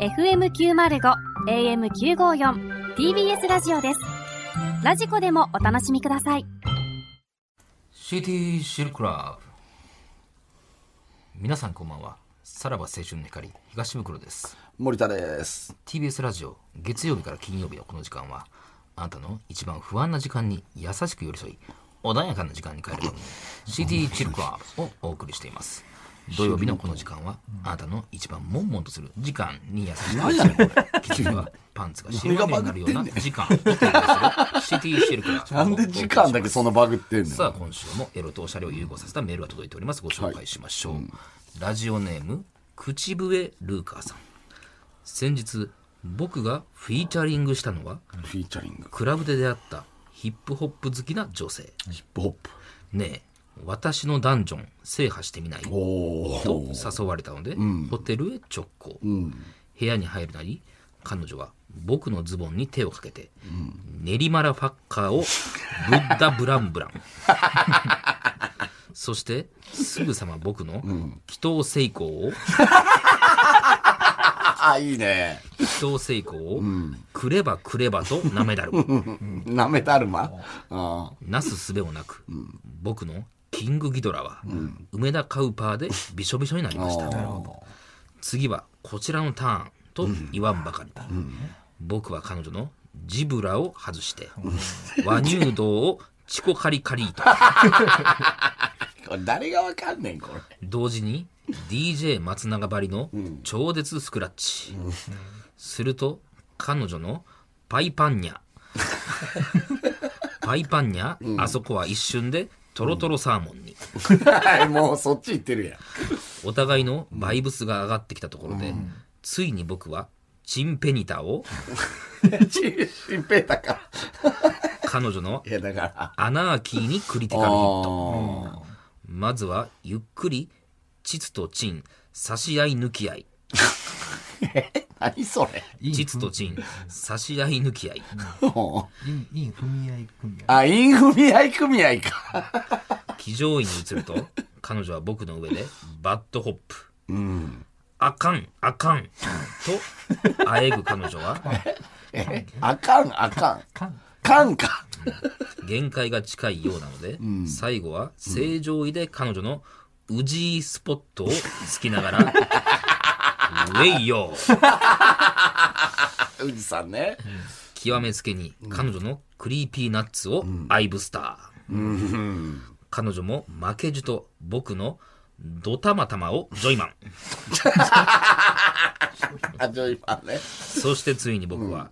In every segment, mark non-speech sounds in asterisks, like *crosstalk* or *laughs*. FM905 AM954 TBS ラジオですラジコでもお楽しみくださいシティシルクラブ皆さんこんばんはさらば青春の光東袋です森田です。 TBS ラジオ月曜日から金曜日のこの時間はあなたの一番不安な時間に優しく寄り添い穏やかな時間に変えるために CD チルクラブをお送りしています土曜日のこの時間はあなたの一番悶々とする時間に優しく寄り添 *laughs* い生地はパンツが白髪になるような時間を提供する CD シルクラブをなんで時間だけそんなバグってんのさあ今週もエロとおしゃれを融合させたメールが届いておりますご紹介しましょう、ラジオネーム口笛ルーカーさん先日僕がフィーチャリングしたのはフィーチャリング。クラブで出会ったヒップホップ好きな女性ヒップホップ。ねえ私のダンジョン制覇してみないとおー。誘われたので、ホテルへ直行、部屋に入るなり彼女は僕のズボンに手をかけて、練馬ラファッカーをブッダブランブランそしてすぐさま僕の祈祷成功をあ、いいね。祈祷成功をくればくればとなめだるなめだるまあなすすべもなく、僕のキングギドラは、梅田カウパーでびしょびしょになりました次はこちらのターンと言わんばかり、僕は彼女のジブラを外して、和乳道をチコカリカリーとーこれ誰がわかんねん、これ。同時に DJ 松永ばりの超絶スクラッチ、すると彼女のパイパンニャパイパンニャ、あそこは一瞬でトロトロサーモンに、はい *laughs* もうそっち行ってるやん。お互いのバイブスが上がってきたところで、ついに僕はチンペニタをち新平太か。彼女のいや、だから。アナーキーにクリティカルヒットまずはゆっくり膣とチン差し合い抜き合い何それ。膣とチン差し合い抜き合いもういいいい組合組合あ、イン組合組合か。騎乗位に移ると彼女は僕の上でバッドホップ、あかんあかんとあえぐ彼女はえあかん、あかん。かんかんか。限界が近いようなので、最後は正常位で彼女のウジースポットをつきながら、ウェイヨーうじさんね。極めつけに彼女のクリーピーナッツをアイブスター。彼女も負けじと僕のドタマタマをジョイマン。あ、ジョイマンね。そしてついに僕は、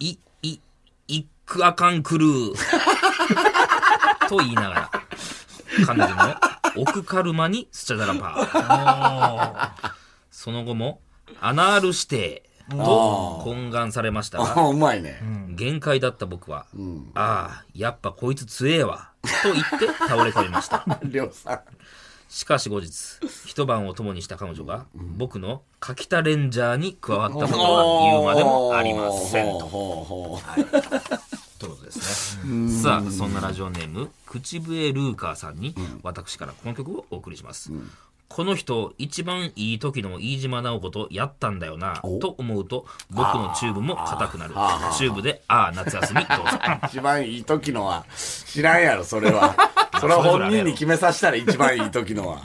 い、い、いっくあかんくるー *laughs* と言いながら、彼女の奥カルマにスチャダラパー。その後も、アナール指定と懇願されましたが、あ、うまいね。限界だった僕は、ああ、やっぱこいつ強えわ、と言って倒れ込みま *laughs* した。りょうさん。しかし後日、一晩を共にした彼女が、僕の柿田レンジャーに加わったことは言うまでもありませんほ。うほうとほいうことですね。さあ、そんなラジオネーム、口笛ルーカーさんに、私からこの曲をお送りします。この人、一番いい時の飯島直子とやったんだよな、と思うと、僕のチューブも硬くなる。チューブで、ああ、夏休み、どうぞ。う一番いい時のは、知らんやろ、それ *laughs* は。それは本人に決めさせたら一番いい時のは。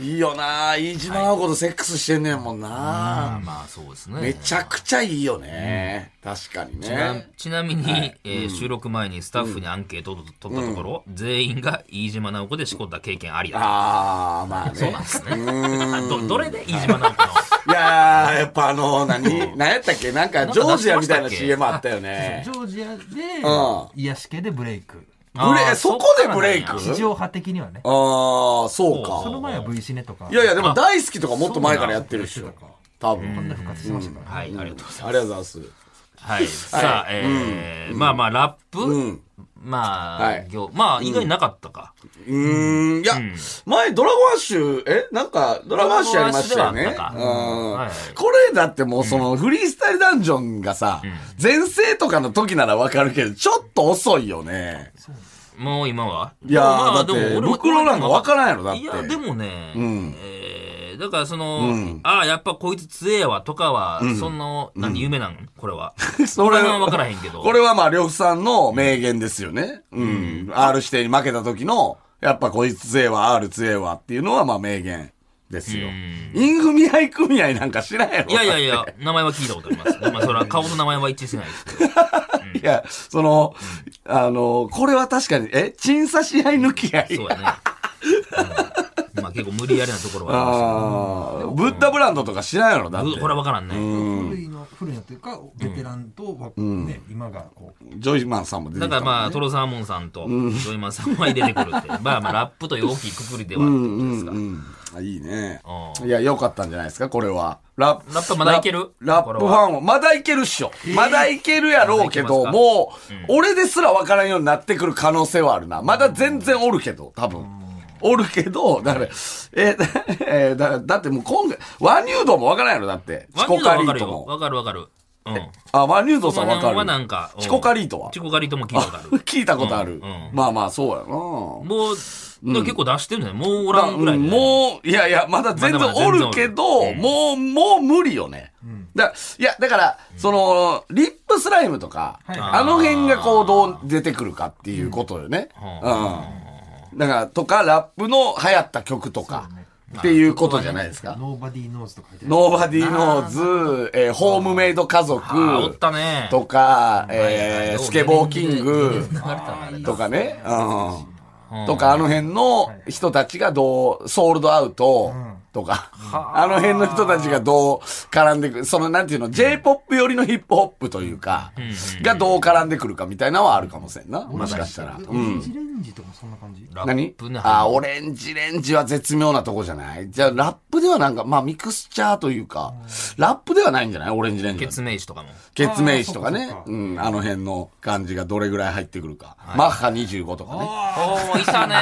いいよな飯島直子とセックスしてんねんもんな、まあ、そうですね。めちゃくちゃいいよね、確かにちなね。ちなみに、えー収録前にスタッフにアンケートを取取ったところ、全員が飯島直子で仕込んだ経験ありだあー、まあね。そうなんですね。どどれで飯島直子のいやー、やっぱあの、何何やったっけなんか、ジョージアみたいな CM あったよねジ。ョージアでう癒し系でブレイクブレあーそこでブレイクそっ地上波的にはねあー、そうそうか。その前は V シネとかいやいや、でも大好きとかもっと前からやってるでしょ。多分。ありが復活してましたからはい、ありがとうございます。とうございます。はい。さあ、えーまあまあ、ラップ、うん。まあ、はい行まあ、意外になかったか。うーん、いや、前ドラゴンアッシュ、えなんか、ドラゴンアッシュやりましたよね。ドうラゴンアッシュでんはいこれだってもうその、フリースタイルダンジョンがさ、前世とかの時ならわかるけど、ちょっと遅いよね。もう今は。いやーまあだって袋なんかわからんやろだっていや、でもね、んえーだからその、ああ、やっぱこいつ強えわとかは、その、何、夢なんこれ *laughs* は。それは分からへんけどこれはまあ、呂布さんの名言ですよね。うん。R 指定に負けた時の、やっぱこいつ強えわ、R 強えわっていうのはまあ名言ですよ。イン組合組合なんか知らんやろ。いやいやいや、名前は聞いたことあります。まあそれは顔と名前は一致してないですけど。いや、その、あの、これは確かに、え、審査試合抜き合いそうやね。うんまあ結構無理やりなところはありますああ、ブッダブランドとか知らんやろ、だっけどてう。これは分からんね。古いの古いのというかベテランとわね今がこうジョイマンさんも出てだきからたもんねまあ、トロサーモンさんと、ジョイマンさんは出てくる *laughs* って。まあまあ、ラップという大きいくくりではあるってことですが。うんあいいねう。んいや、良かったんじゃないですか、これは。ラッラップまだいけるララップファンは、まだいけるっしょ。まだいけるやろうけまど、だいけもう、俺ですらわからんようになってくる可能性はあるな。まだ全然おるけど、多分。おるけど、だから、え、だえだだってもう今回、ワニュードもわからんやろ、だって。ワチニューコドはカ分リかーるトよ。も。分かる分かる。うん。あ、ワニュードさんこのわ辺はかなんる。か、うんチコカリートはチコカリートも聞いたこ *laughs* とある。聞いたことあうる。んうんまあまあ、そうやな。もう、でも結構出してるね。もうおらんぐらいで、まあもう、いやいや、まだ全然まだまだおるけど、全然もう、もう無理よね。だいや、だから、その、リップスライムとか、はいあの辺がこう、どう出てくるかっていうことよね。うん。だから、とか、ラップの流行った曲とか、っていうことじゃないですか。ノーバディーノーズとか書いてあるノーバディーノーズ、えーホームメイド家族あーおったね。とか、えースケボーキング、ととか。かね、うん。とか、あの辺の人たちがどう、ソールドアウトとか、 *laughs* あの辺の人たちがどう絡んでくる、そのなんていうの、J-POP 寄りのヒップホップというか、がどう絡んでくるかみたいなのはあるかもしれんな。もしかしたら。オレンジレンジとかもそんな感じラッ何プね。あー、オレンジレンジは絶妙なとこじゃないじゃあ、ラップではなんか、まあ、ミクスチャーというか、ラップではないんじゃないオレンジレンジは。決明詞とかも。ケツメイシとかねあーそっかそっ。かうん、あの辺の感じがどれぐらい入ってくるか。マッハ25とかね。おー、いたね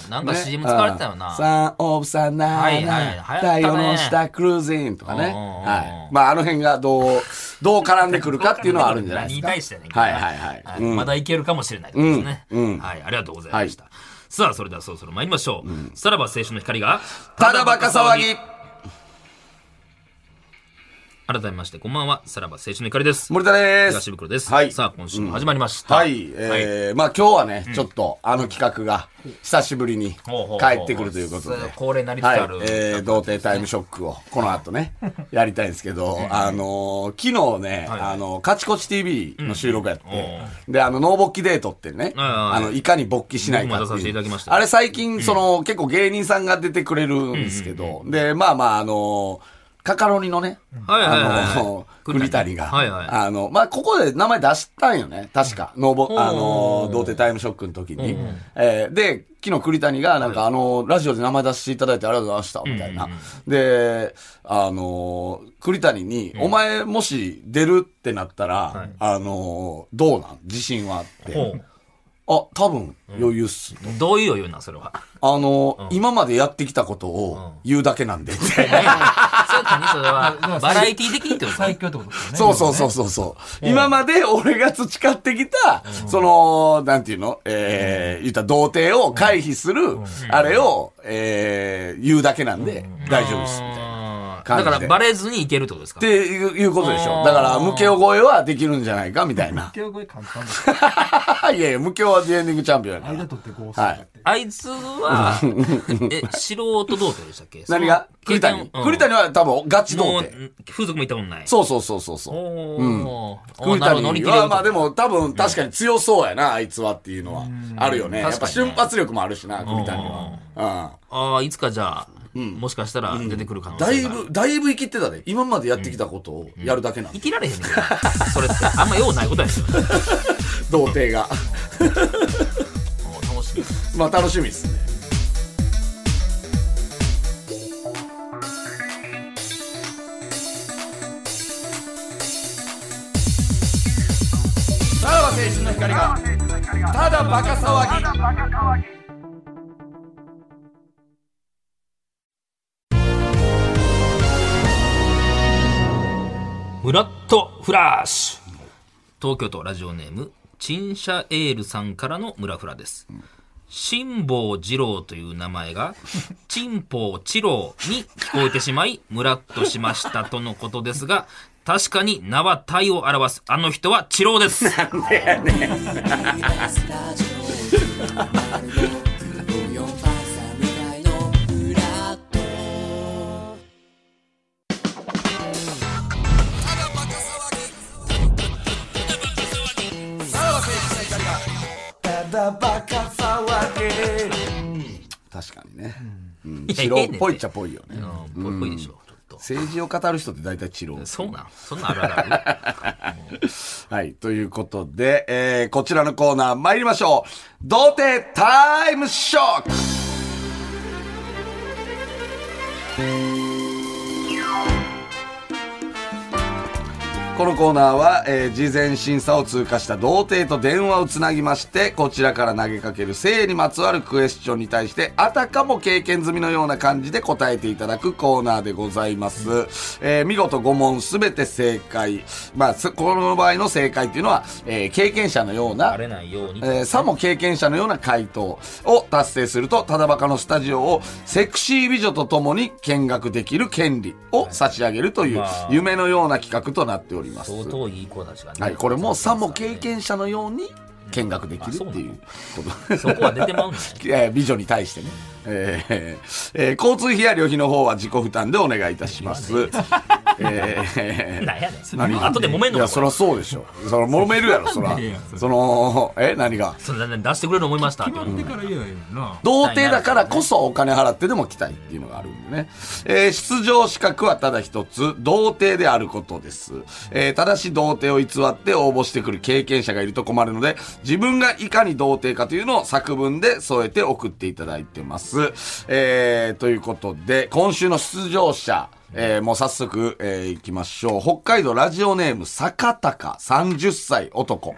*laughs* ー。なんか CM 使われてたよな。サンオブサンナはーいナはい太流行ったね陽の下クルーズインとかね。うんうんうんはい。まあ、あの辺がどう、どう絡んでくるかっていうのはあるんじゃないですか。何に対してやねんはいはいはいは。いうんまだいけるかもしれないってことですね、うんうんはい、ありがとうございました。さあ、それではそろそろ参りましょう。さらば青春の光が、ただバカ騒ぎ改めまして、こんばんは。さらば青春の光です。森田で東す。袋です。はいさあ、今週も始まりました。はい。えー、まあ今日はね、ちょっとあの企画が久しぶりに帰ほうほうほうってくるということでそう。恒例になりつつはいある。、えー、童貞タイムショックを、この後 *laughs* ね、やりたいんですけど、あのー昨日ね、はいあのーカチコチ TV の収録やって、うで、あの、ノー勃起デートってね、はいはいあの、いかに勃起しないか僕も出さってせいてういただきましたあれ最近、その、結構芸人さんが出てくれるんですけど、で、まあまあ、あのーカカロニのね、はいはいはいあのー、栗栗谷谷が、はいはいあの、まあ、ここで名前出したんよね、確か、ノーボ、あのうー、ん童貞タイムショックの時に。えーで、昨日栗谷が、なんか、あのー、ラジオで名前出していただいてありがとうございました、みたいな。で、あのー、栗谷に、お前もし出るってなったら、あのー、どうなん自信はって。ほうあ、多分余裕っす。どういう余裕なん、それ *laughs* は。あのー、今までやってきたことを言うだけなんで、みたいな。そうかね、それ *laughs* は。バラエティ的にってこと最強ってことですよねそうそうそうそうそう。今まで俺が培ってきた、その、なんていうのえー、言ったら童貞を回避する、あれを、えー、言うだけなんで、大丈夫です、みたいな。あー感じでだから、バレずにいけるってことですかっていういうことでしあょ。ーだから、無形声はできるんじゃないか、みたいな。 *laughs* 今日これ簡単ですよいやいや、無形はディエンディングチャンピオンやから間取ってゴーストってあいつは、 *laughs* え、素人童貞でしたっけ何がその栗谷経。験をうん栗谷は多分、ガチも童う貞。風俗も行ったことない。そうそうそうそうそう。おーおー栗なるほど乗り谷切れるは、とまあでも多分確かに強そうやな、あいつはっていうのはあるよね。やっぱ確かに瞬発力もあるしな、栗谷は。ああ、いつかじゃあ、もしかしたら出てくる可うん。能だい性が。ぶ、だいぶ生きてたで。今までやってきたことをやるだけなん生で。きられへんねんけどそれってあんま用ないことや *laughs* ですよね。童貞もが。 *laughs* う楽しみ。まあ楽しみですね。さらば青春の光が、ただバカ騒ぎ。ムラッとフラッシュ東京都ラジオネームチンシャエールさんからのムラフラです、辛坊二郎という名前 *laughs* が、チンポーチローに聞こえてしまい、ムラっとしましたとのことですが、確かに名は体を表す。あの人はチロー *laughs* です。確かにね。うん。白っぽいっちゃぽいよね。うん、ぽいぽいでしょ、ちょっと。政治を語る人って大体チロー。そうなんそんなあるあるあるはい。ということで、えー、こちらのコーナー参りましょう。童貞タイムショックこのコーナーは、えー事前審査を通過した童貞と電話をつなぎまして、こちらから投げかける性にまつわるクエスチョンに対して、あたかも経験済みのような感じで答えていただくコーナーでございます。えー見事5問すべて正解。まあ、すこの場合の正解っていうのは、えー経験者のようなバレないように。えーさも経験者のような回答を達成すると、ただバカのスタジオをセクシー美女と共に見学できる権利を差し上げるというまあ夢のような企画となっております。相当いい子たちがね。はい、これもさも経験者のように見学できるっていうこと。そこは出てまうん *laughs* ですね。えー美女に対してね、えーえー交通費や旅費の方は自己負担でお願いいたします。えーなんやねんそれ。後で揉めんいのや、かこそりれ。ゃそうでしょ。その揉めるやろ、そら *laughs* いやいや。その、え、何がそれ出してくれる思いましたって決まってから言えばいいのにな。童貞だからこそお金払ってでも来たいっていうのがあるんでね。えー出場資格はただ一つ、童貞であることです。えーただし童貞を偽って応募してくる経験者がいると困るので、自分がいかに童貞かというのを作文で添えて送っていただいてます。えーということで、今週の出場者、えーもう早速、えー行きましょう。北海道ラジオネーム、坂高30歳男。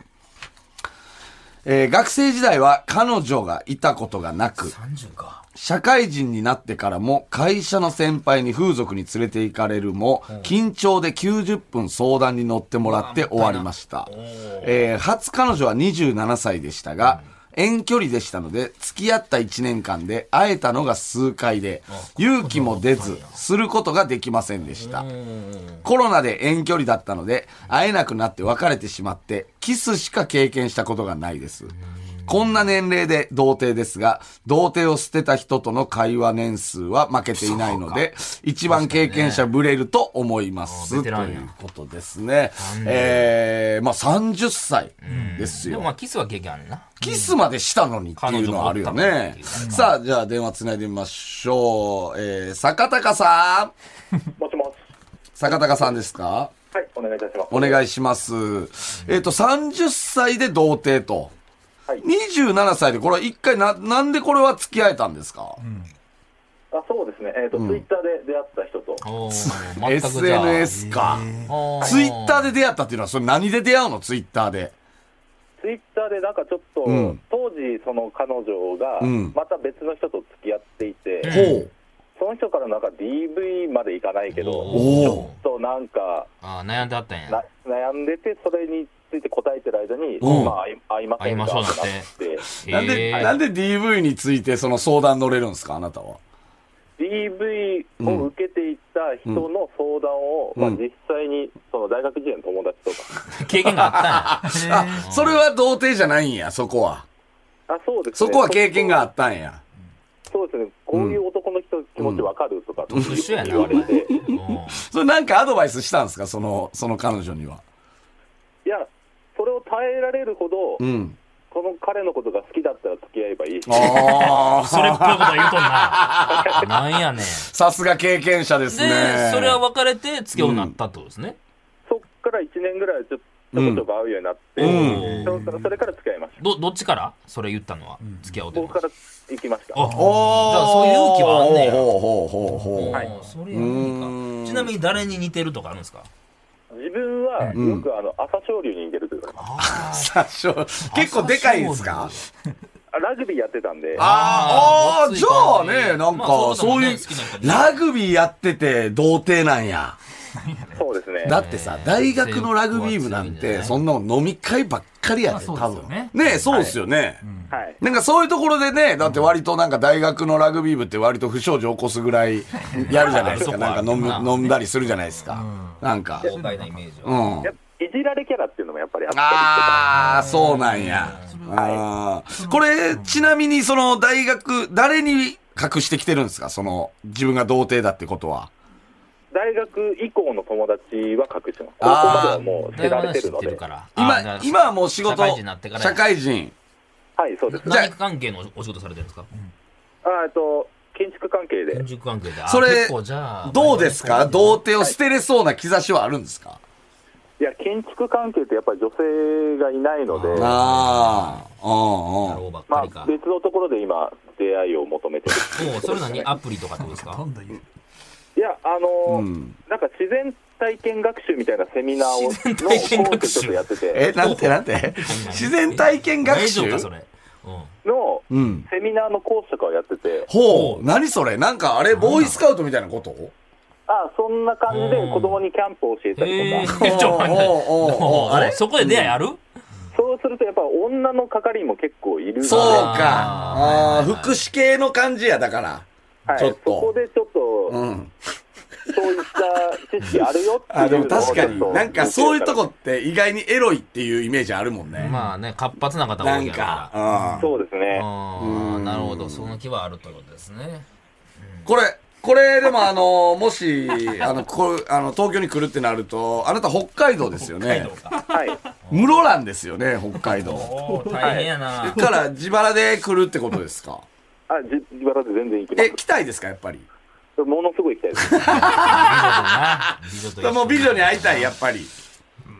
えー学生時代は彼女がいたことがなく、 30か。社会人になってからも会社の先輩に風俗に連れて行かれるも、緊張で90分相談に乗ってもらって終わりました。えー初彼女は27歳でしたが、遠距離でしたので、付き合った1年間で会えたのが数回で、勇気も出ず、することができませんでした。コロナで遠距離だったので、会えなくなって別れてしまって、キスしか経験したことがないです。こんな年齢で童貞ですが、童貞を捨てた人との会話年数は負けていないので、一番経験者ぶれると思います。あベテとランやいうことですね。えー、まあ30歳ですでよも。まあキスは経験あるな。キスまでしたのにっていうのはあるよ彼女がおったのにっねて。いうさあ、じゃあ電話つないでみましょう。えー、坂高さん。もしもし。坂高さんですかはい、お願いいたします。お願いします。えっ、と、30歳で童貞と。はい27歳で、これは一回な、なんでこれは付き合えたんですか、あ、そうですね。えっ、と、ツイッターで出会った人と、おー全くじゃあ ?SNS か。おーツイッターで出会ったっていうのは、それ何で出会うのツイッターで。ツイッターでなんかちょっと、うん当時その彼女がうんまた別の人と付き合っていて、ほう。その人からなんか DV までいかないけど、ちおょっとなんかあー悩んであったんなや。悩んでてそれについて答えてる間に、うんまあ会い会いませんか会いましょうなんてってなんで、へーなんで DV についてその相談乗れるんですかあなたは。 DV を受けていた人の相談を、うんまあ、実際にその大学時代の友達とか、経験があったんや。あ、それは童貞じゃないんや、そこは。あそうですそね、こは経験があったんや。そうですね、こういう男の人の気持ちわかるとかって一緒やな。言われて、いおーそれなんかアドバイスしたんですかその、その彼女には。や、それを耐えられるほど、うん。この彼のことが好きだったら付き合えばいいし、あ *laughs* それっぽいことは言うと *laughs* んな。なんやねん。あ、さすが経験者ですねで、。それは別れて付き合うようになったってことですね。そっから1年ぐらいちょちょこちょこ会うようになって、うんそそれから付き合いました。ど、どっちからそれ言ったのは。付き合おうってこ僕とかですら行きました。あ、おーじゃあそういう勇気はあんねやほうほうほうほうほう。おーそれやんうねんんか。ちなみに誰に似てるとかあるんですか自分はよくあの朝青龍に似てるというか、さあしょ結構でかいんですかあラグビーやってたんで、あーあー、あーじゃあね、まなあんそか、うだもそんうねいう好きな人、ねラグビーやってて童貞なんや。そうですね。ね。だってさ、大学のラグビー部なんて、そんなもん飲み会ばっかりやで、多まあそうです分よね。ねえそうですよね。はい。なんかそういうところでね、だって割となんか大学のラグビー部って割と不祥事起こすぐらいやるじゃないですそか。こはなんか飲む、飲んだりするじゃないですか。なんか。今回のイメージうは。んや。っぱいじられキャラっていうのもやっぱりあったりとか。ああ、そうなんや。あーこれ、ちなみにその大学、誰に隠してきてるんですかその、自分が童貞だってことは。大学以降の友達は隠してます。高校まであーはもう大出学られはて知るっのてるでか。ら。あ今な、今はもう仕事、社会人になってからや。社会人はい、そうです。じゃあ何関係のお仕事されてるんですかあえっと、建築関係で建。築関係で。あそれ結構じゃあ、どうですか童貞を捨てれそうな兆しはあるんですか、いや、建築関係ってやっぱり女性がいないので、だああ、うんうろん。うばっまかりあか。別のところで今、出会いを求 *laughs* めてる。おうそれなにアプリとかってことですかんだ言ういや、あのーうんなんか自然体験学習みたいなセミナーを、自然体験の講学師習をちょっとやってて、え、なんてな *laughs* んて自然体験学大丈夫習か、それ。うん。の、うん。セミナーの講師とかをやってて、ほう、何それなんかあれ、ボーイスカウトみたいなことあそんな感じで子供にキャンプを教えたりえとか、ー、ちょっと待って。おうおうおうおうあれそこで出会いある、そうするとやっぱ女の係員も結構いるので、そうはか。ああー、福祉系の感じや、だから。い、ちょっそとこでちょっと、うん。そういった知識あるよってい *laughs* うあ、でも確かのをちょっに、なんかそういうとこって意外にエロいっていうイメージあるもんね。まあね、活発な方多ないんやろうから。か、うん。そうですね。あーなるほど、その気はあるということですね。これ、これでもあの、もし、 *laughs* あの、こうあの、東京に来るってなると、あなた北海道ですよね。はい。室蘭ですよね、北海道。おお、大変やな。から自腹で来るってことですか。あ、じ自腹で全然行きまえ、来たいですか、やっぱり。す。ものすごい行きたいです。美女と一緒に *laughs* もう美女に会いたい、やっぱり。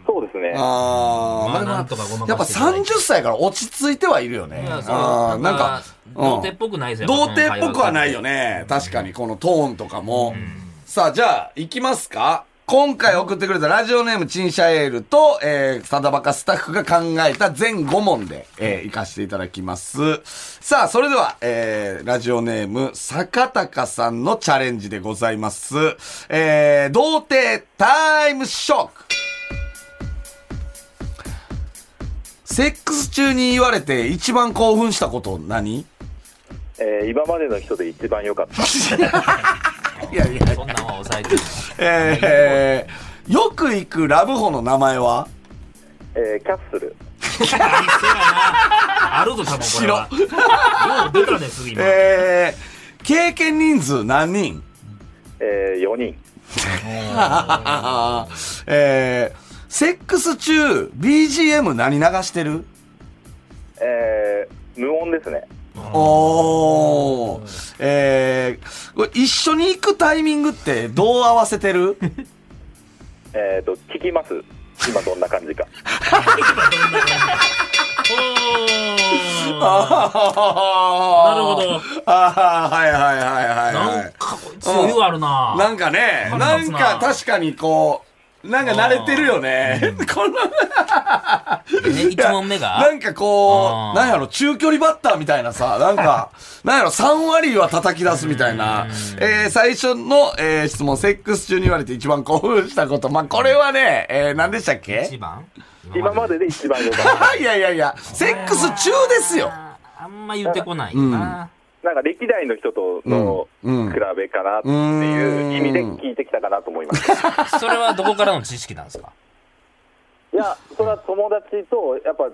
そうですね。あまああ、なんとかごまかしてやっぱ30歳から落ち着いてはいるよね。いやそうああ、なんか、うん童貞っぽくないですよ。童貞っぽくはないよね。ね。確かに、このトーンとかも。さあ、じゃあ、行きますか今回送ってくれたラジオネーム、チンシャエールと、えー、ただばかスタッフが考えた全5問で、えー、行かせていただきます。さあ、それでは、えー、ラジオネーム、坂高さんのチャレンジでございます。えー、童貞タイムショックセックス中に言われて一番興奮したこと何えー今までの人で一番良かった。いやいやそんなんは抑えてる。えー、よく行くラブホの名前はえーキャッスル。あるぞ、多分これは。よう出たね、すぐ今。えー、経験人数何人え4人。えー、セックス中 BGM 何流してるえー無音ですね。おー、えー、これ一緒に行くタイミングってどう合わせてるえっ、と、聞きます。今どんな感 *laughs* じか。おーななるほど。あーはいはいはいはい、はないん。かこいつ余裕あるな。なんかね、腹なん立つなか確かにこう、なんか慣れてるよね。 *laughs* この、ね、一問目が。なんかこあーう、なんやろ、中距離バッターみたいなさ、な *laughs* んか、なんやろ、3割は叩き出すみたいな。えー最初の、えー質問、セックス中に言われて一番興奮したこと。まあ、これはね、えー何でしたっ一け番今までで一番良かった。 *laughs* いやいやいや、セックス中ですよ。あーあんま言ってこないよな。なんか歴代の人との比うんうんべかなっていう意味でうん聞いてきたかなと思います。いそれはどこからの知識なんです *laughs* かや、それは友達と、やっぱ、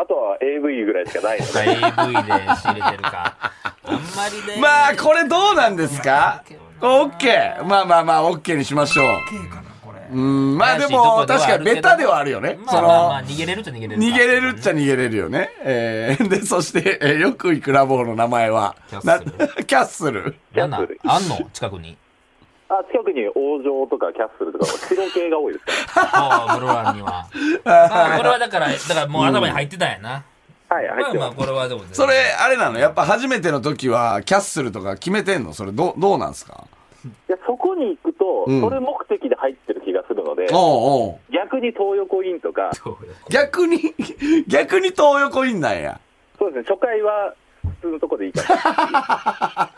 あとは AV ぐらいしかないので、 AV で仕入れてるか。あんまりね。まあ、これどうなんですかオッケー。まあまあまあ、オッケーにしましょう。 K かなこれうん、まあでも、確かにベタではあるよね。まあまあまあ、逃げれるっちゃ逃げれるか。逃げれるっちゃ逃げれるよね。えー、 *laughs* で、そして、えーよく行くラボの名前は、キャッスルな *laughs* キャッスル。なんなんあんの近くに。あ近くに王城とかキャッスルとか、白系が多いですかああ、室蘭には。まあ、これはだから、だからもう頭に入ってたんやな。ら。はい、入まっあてままあ、す。これはでも全然。それ、あれなのやっぱ初めての時は、キャッスルとか決めてんのそれ、どう、どうなんすかいや、そこに行くと、んそれ目的で入ってる気がするので、おうおう逆に東横インとか、そうよ逆に、 *laughs* 逆に東横インなんや。そうですね、初回は普通のとこでい *laughs* いかな。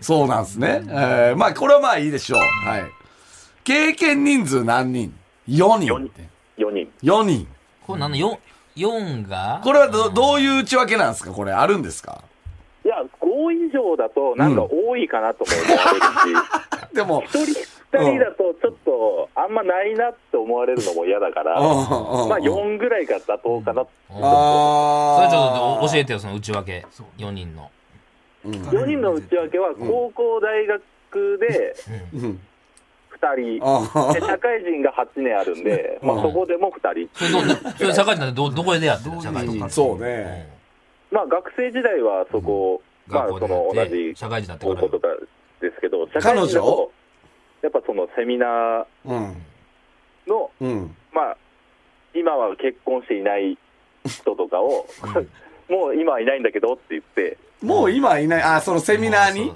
そうなんすね。えー、まあ、これはまあいいでしょう。はい。経験人数何人 ?4 人4人。4人。 4人。これ何のよ4がこれはどどういう内訳なんですかこれあるんですかいや、5以上だと、なんか多いかなとか思われるでも、し、 *laughs* 一人、二人だと、ちょっと、あんまないなって思われるのも嫌だから、うんうんまうんあ、4ぐらいが妥当かな。それちあょっと教えて。てよその内訳4人の4人の内訳は、高校、大学でうん2人。あで社会人が8年あるんで、まあ、そこでも2人、それどうそれ社会人なんてど *laughs* どこで出会ってどるう社会いう人あ、そうね。まあ、学生時代はそこ、まあ、学校そので同やってじ社会人になって高校とかかですけど、社彼会人だ女と、やっぱそのセミナーうん。の、うん。まあ、今は結婚していない人とかを、 *laughs* もう今はいないんだけどって言って、もう今いない、あ、そのセミナーに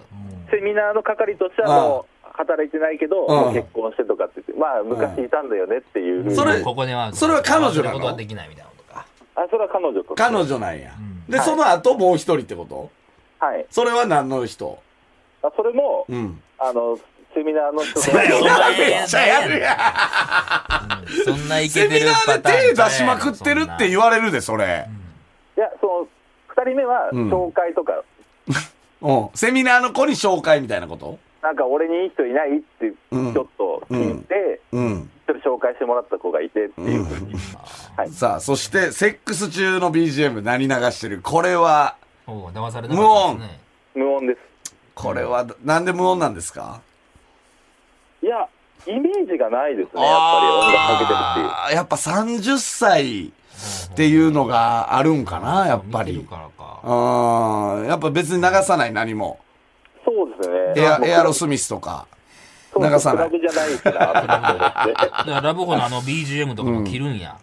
セミナーの係としてはもう働いてないけうど、んもう結婚してとかって言って、まあ、昔いたんだよねっていう、らそれここではそれは彼女なのここでことはできないみたいなことかあそれは彼女として彼女なんや。んで、その後もう一人ってことはい、それは何の人あそれも、うん。あのセミナー *laughs* の人とミナーお前めっちゃやるうやん。んそんなイセケてミるナーパターンで手出しまくってるって言わわれるで、それ。いや、その2人目はうん紹介とか、うん。セミナーの子に紹介みたいなことなんか俺にいい人いないって、ちうんょっと聞いて、うん。一人紹介してもらった子がいてっていうふうに、はい、さあ、そして、セックス中の BGM 何流してるこれは、おう騙されなかったですね無音です。これは、なんで無音なんですかいや、イメージがないですね、やっぱり音楽かけてるってあーやっぱ30歳っていうのがあるんかな、やっぱ見てりる。からかうん。やっぱ別に流さない、何も。いう。そうですエね。アまあエアロスミスとか。そう流さないクラブじゃない *laughs* から、と思ってだからラブホのあの BGM とかも切るんや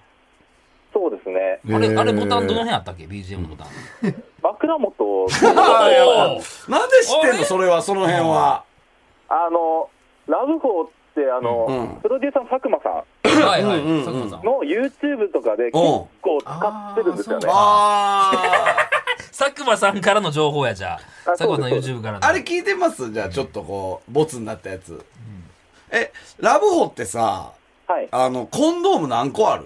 そうですね。あれあれへーボタンどの辺あったっけ BGM のボタン枕元、あーやばおいなんで知ってんあのれそれは、その辺は。あの、ラブホーって、あの、うんプロデューサーの佐久間さはいはいうんうんうん佐久間さんんの YouTube とかで結構使ってるんですよね。ああ佐久間さんからの情報やじゃああ佐久間さんそうです YouTube からーのあれ聞いてますじゃあ、ちょっとこう、ボツになったやつ。え、ラブホってさ、はい。あの、コンドーム何個ある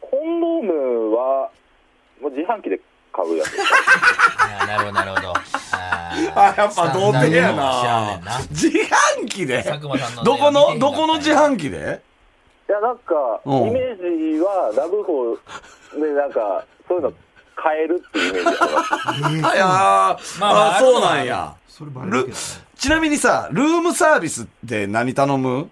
コンドームは、もう自販機で買うやつ。あーなるほどなるほどああ、やっぱ童貞やな。な自販機で佐久間さんのねどこ見ての、みたいどこの自販機でいや、なんか、イうんメージは、ラブホーで、なんか、そういうの買えるっていうイメージだから。あ、いやーまあまああ、そうなんや。それバレるけどねちなみにさ、ルームサービスって何頼む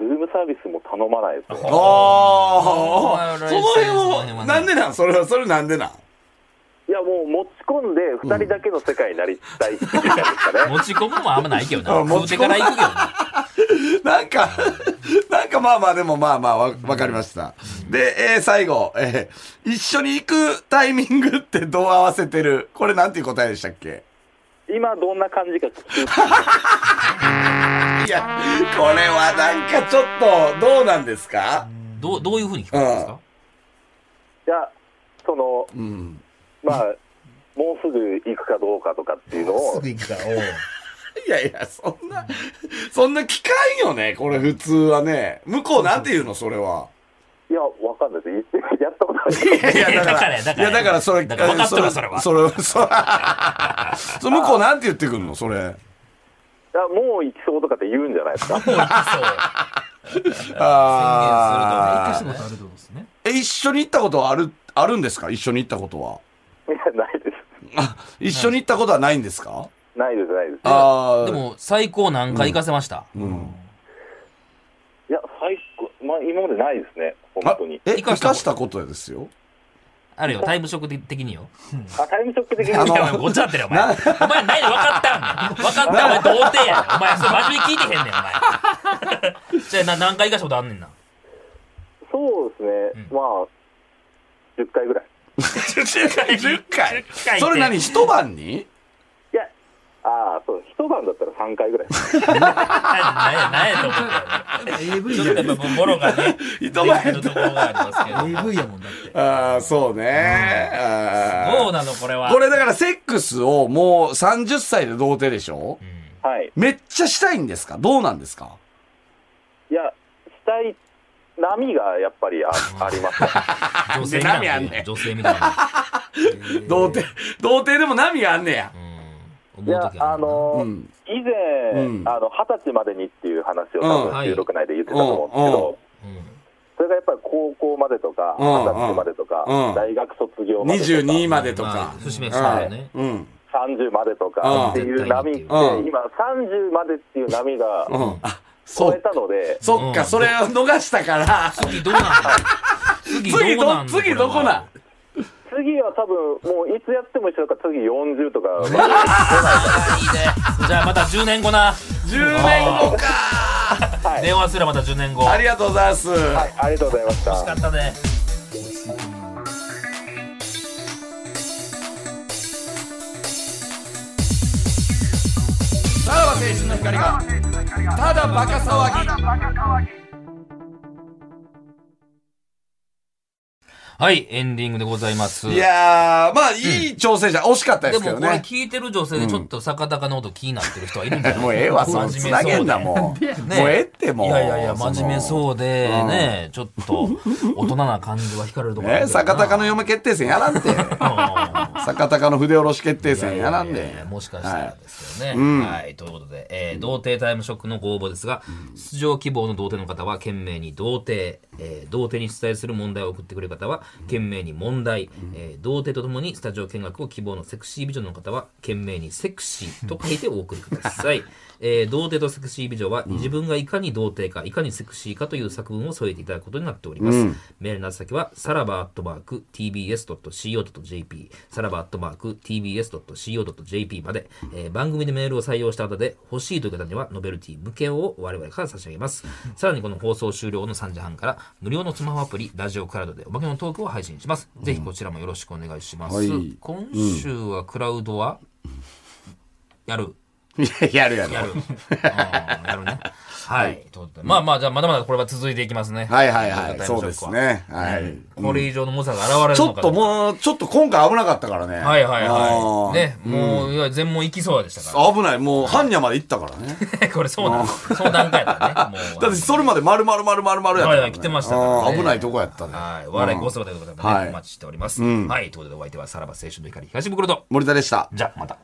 ルームサービスも頼まないですね。ああ、そーの辺を、なんでなんそれは、それなんでなん *laughs* いや、もう持ち込んで、二人だけの世界になりたいっていう感じですかね。持ち込むのもあんまないけどあな持持ちち込むから行くけどななんか、 *laughs* なんかまあまあ、でもまあまあ、わわかりました。で、えー最後、えー一緒に行くタイミングってどう合わせてるこれなんていう答えでしたっけ今どんな感じか聞く。いや、これはなんかちょっと、どうなんですかどうどういうふうに聞こえるんですかいや、その、うん。まあ、もうすぐ行くかどうかとかっていうのを、行くかいやいや、そんな、そんな機会よね、これ普通はね。向こうなんて言うの、それは。いや、わかんないです。いやったことないい。や、だか、だかららいだからや、だから、それ、だから分かっとるそれはそれ、それ、それ向こうなんて言ってくんの、それ。いやもう行きそうとかって言うんじゃないですか。そう一回あしたことあるってことですね。ーえ、一緒に行ったことはある、あるんですか一緒に行ったことは。いや、ないです。あ、一緒に行ったことはないんですかないです、ないです。ああ、で、も最高何回行かせました、うん。いや、最高、まあ、今までないですね、本あ当に。え、生か生したことかしたことですよ。あるよタイムショック的によあ、タイムショック的に。あいのやお前ごっちゃってるよお前お前何分かったん分かったお前童貞やお前それ真面目に聞いてへんねんお *laughs* 前じゃあな何回行かしたことあんねんなそうですね、まあ、10回ぐらい。 10回 ?10 回10回ってそれ何一晩にいや、ああ、そう、一晩だったら3回ぐらい。何や何やと思ってやっぱ AV ちょっとやっぱボロがね一出晩てるところがありますけど AV やもんだって。ああ、そうね。あーどうなのこれはこれだからセックスをもう30歳で童貞でしょはい。めっちゃしたいんですかどうなんですか対波がやっぱりあありますね女性みたいなで何あんねん女性みたいな。童貞、童貞でも波があんねや。うん。い思うや時はああるなのーうん以前、うんあの二十歳までにっていう話うを多ん分はい収録内で言ってたと思うんですけど、うんうんそれがやっぱり高校までとかうん二十歳までとか、うん大学卒業までとか22まうんでとかまあ。節目節目だよね。うん。 30までとかっていう波って、うんうん今30までっていう波がうん。あ、そ超えう。たので、そっうか、んそれを逃したから。次どうなんの次次どうなどん、の次どこなん次は多分もういつやっても一緒だから次40とか、いいね。じゃあまた10年後な。 ?10 年後か。電話すればまた10年後。ありがとうございます。はい、ありがとうございました。惜しかったね。さらば青春の光が、ただバカ騒ぎ。はい、エンディングでございます。いやー、まあ、いい挑戦者、惜しかったでですけもどこれね。聞いてる女性でちょっと坂高のこと気になってる人はいるんじゃないもうええわ、そのつなげんな、もう。もうええって、もう。いやいやいや、真面目う。そうで、ね、ちょっと、大人な感じは惹かれるところあるね、けどな坂高の嫁決定戦やら *laughs* んて。坂高の筆下ろし決定戦やらんいやいやいでや。もしかしたはらいですよね。はい。ということで、えー、童貞タイムショックのご応募ですが、出場希望の童貞の方は、懸命に童貞、えー、童貞に出題する問題を送ってくれる方は、懸命に問題、えー、童貞とともにスタジオ見学を希望のセクシー美女の方は、懸命にセクシーと書いてお送りくだ *laughs* さい。えー、童貞とセクシー美女は、自分がいかに童貞か、いかにセクシーかという作文を添えていただくことになっております。メールの宛先は、さらばアットマーク tbs.co.jp、さらばアットマーク tbs.co.jp まで、えー番組でメールを採用した後で、欲しいという方には、ノベルティ向けを我々から差し上げます。さらにこの放送終了の3時半から、無料のスマホアプリ、ラジオクラウドでおまけのトークを配信します。ぜひこちらもよろしくお願いします。はい今週はクラウドは、やる。いややるやる。やる。うんやるね。はい。ということでまあまあ、じゃあまだまだこれは続いていきますね。はいはいはい。タイそムうショッでクすは。ね。はい。これ以上の猛者が現れちるょのっかともう、ちょっと今回危なかったからね。はいはいはい。ね。ね、もう、いわゆる全問いきそうでしたか危ない。もう、般若まで行ったからね。ら。 *laughs* これそうなんその段階だったね。もう。だって、それまで丸々丸々丸々やったからはいはね。い来てましたからねうん危ないとこやったね。はい。笑いこそばということでね、はいお待ちしております。んはい。ということで、お相手はさらば青春の光東袋と。森田でした。じゃあ、また。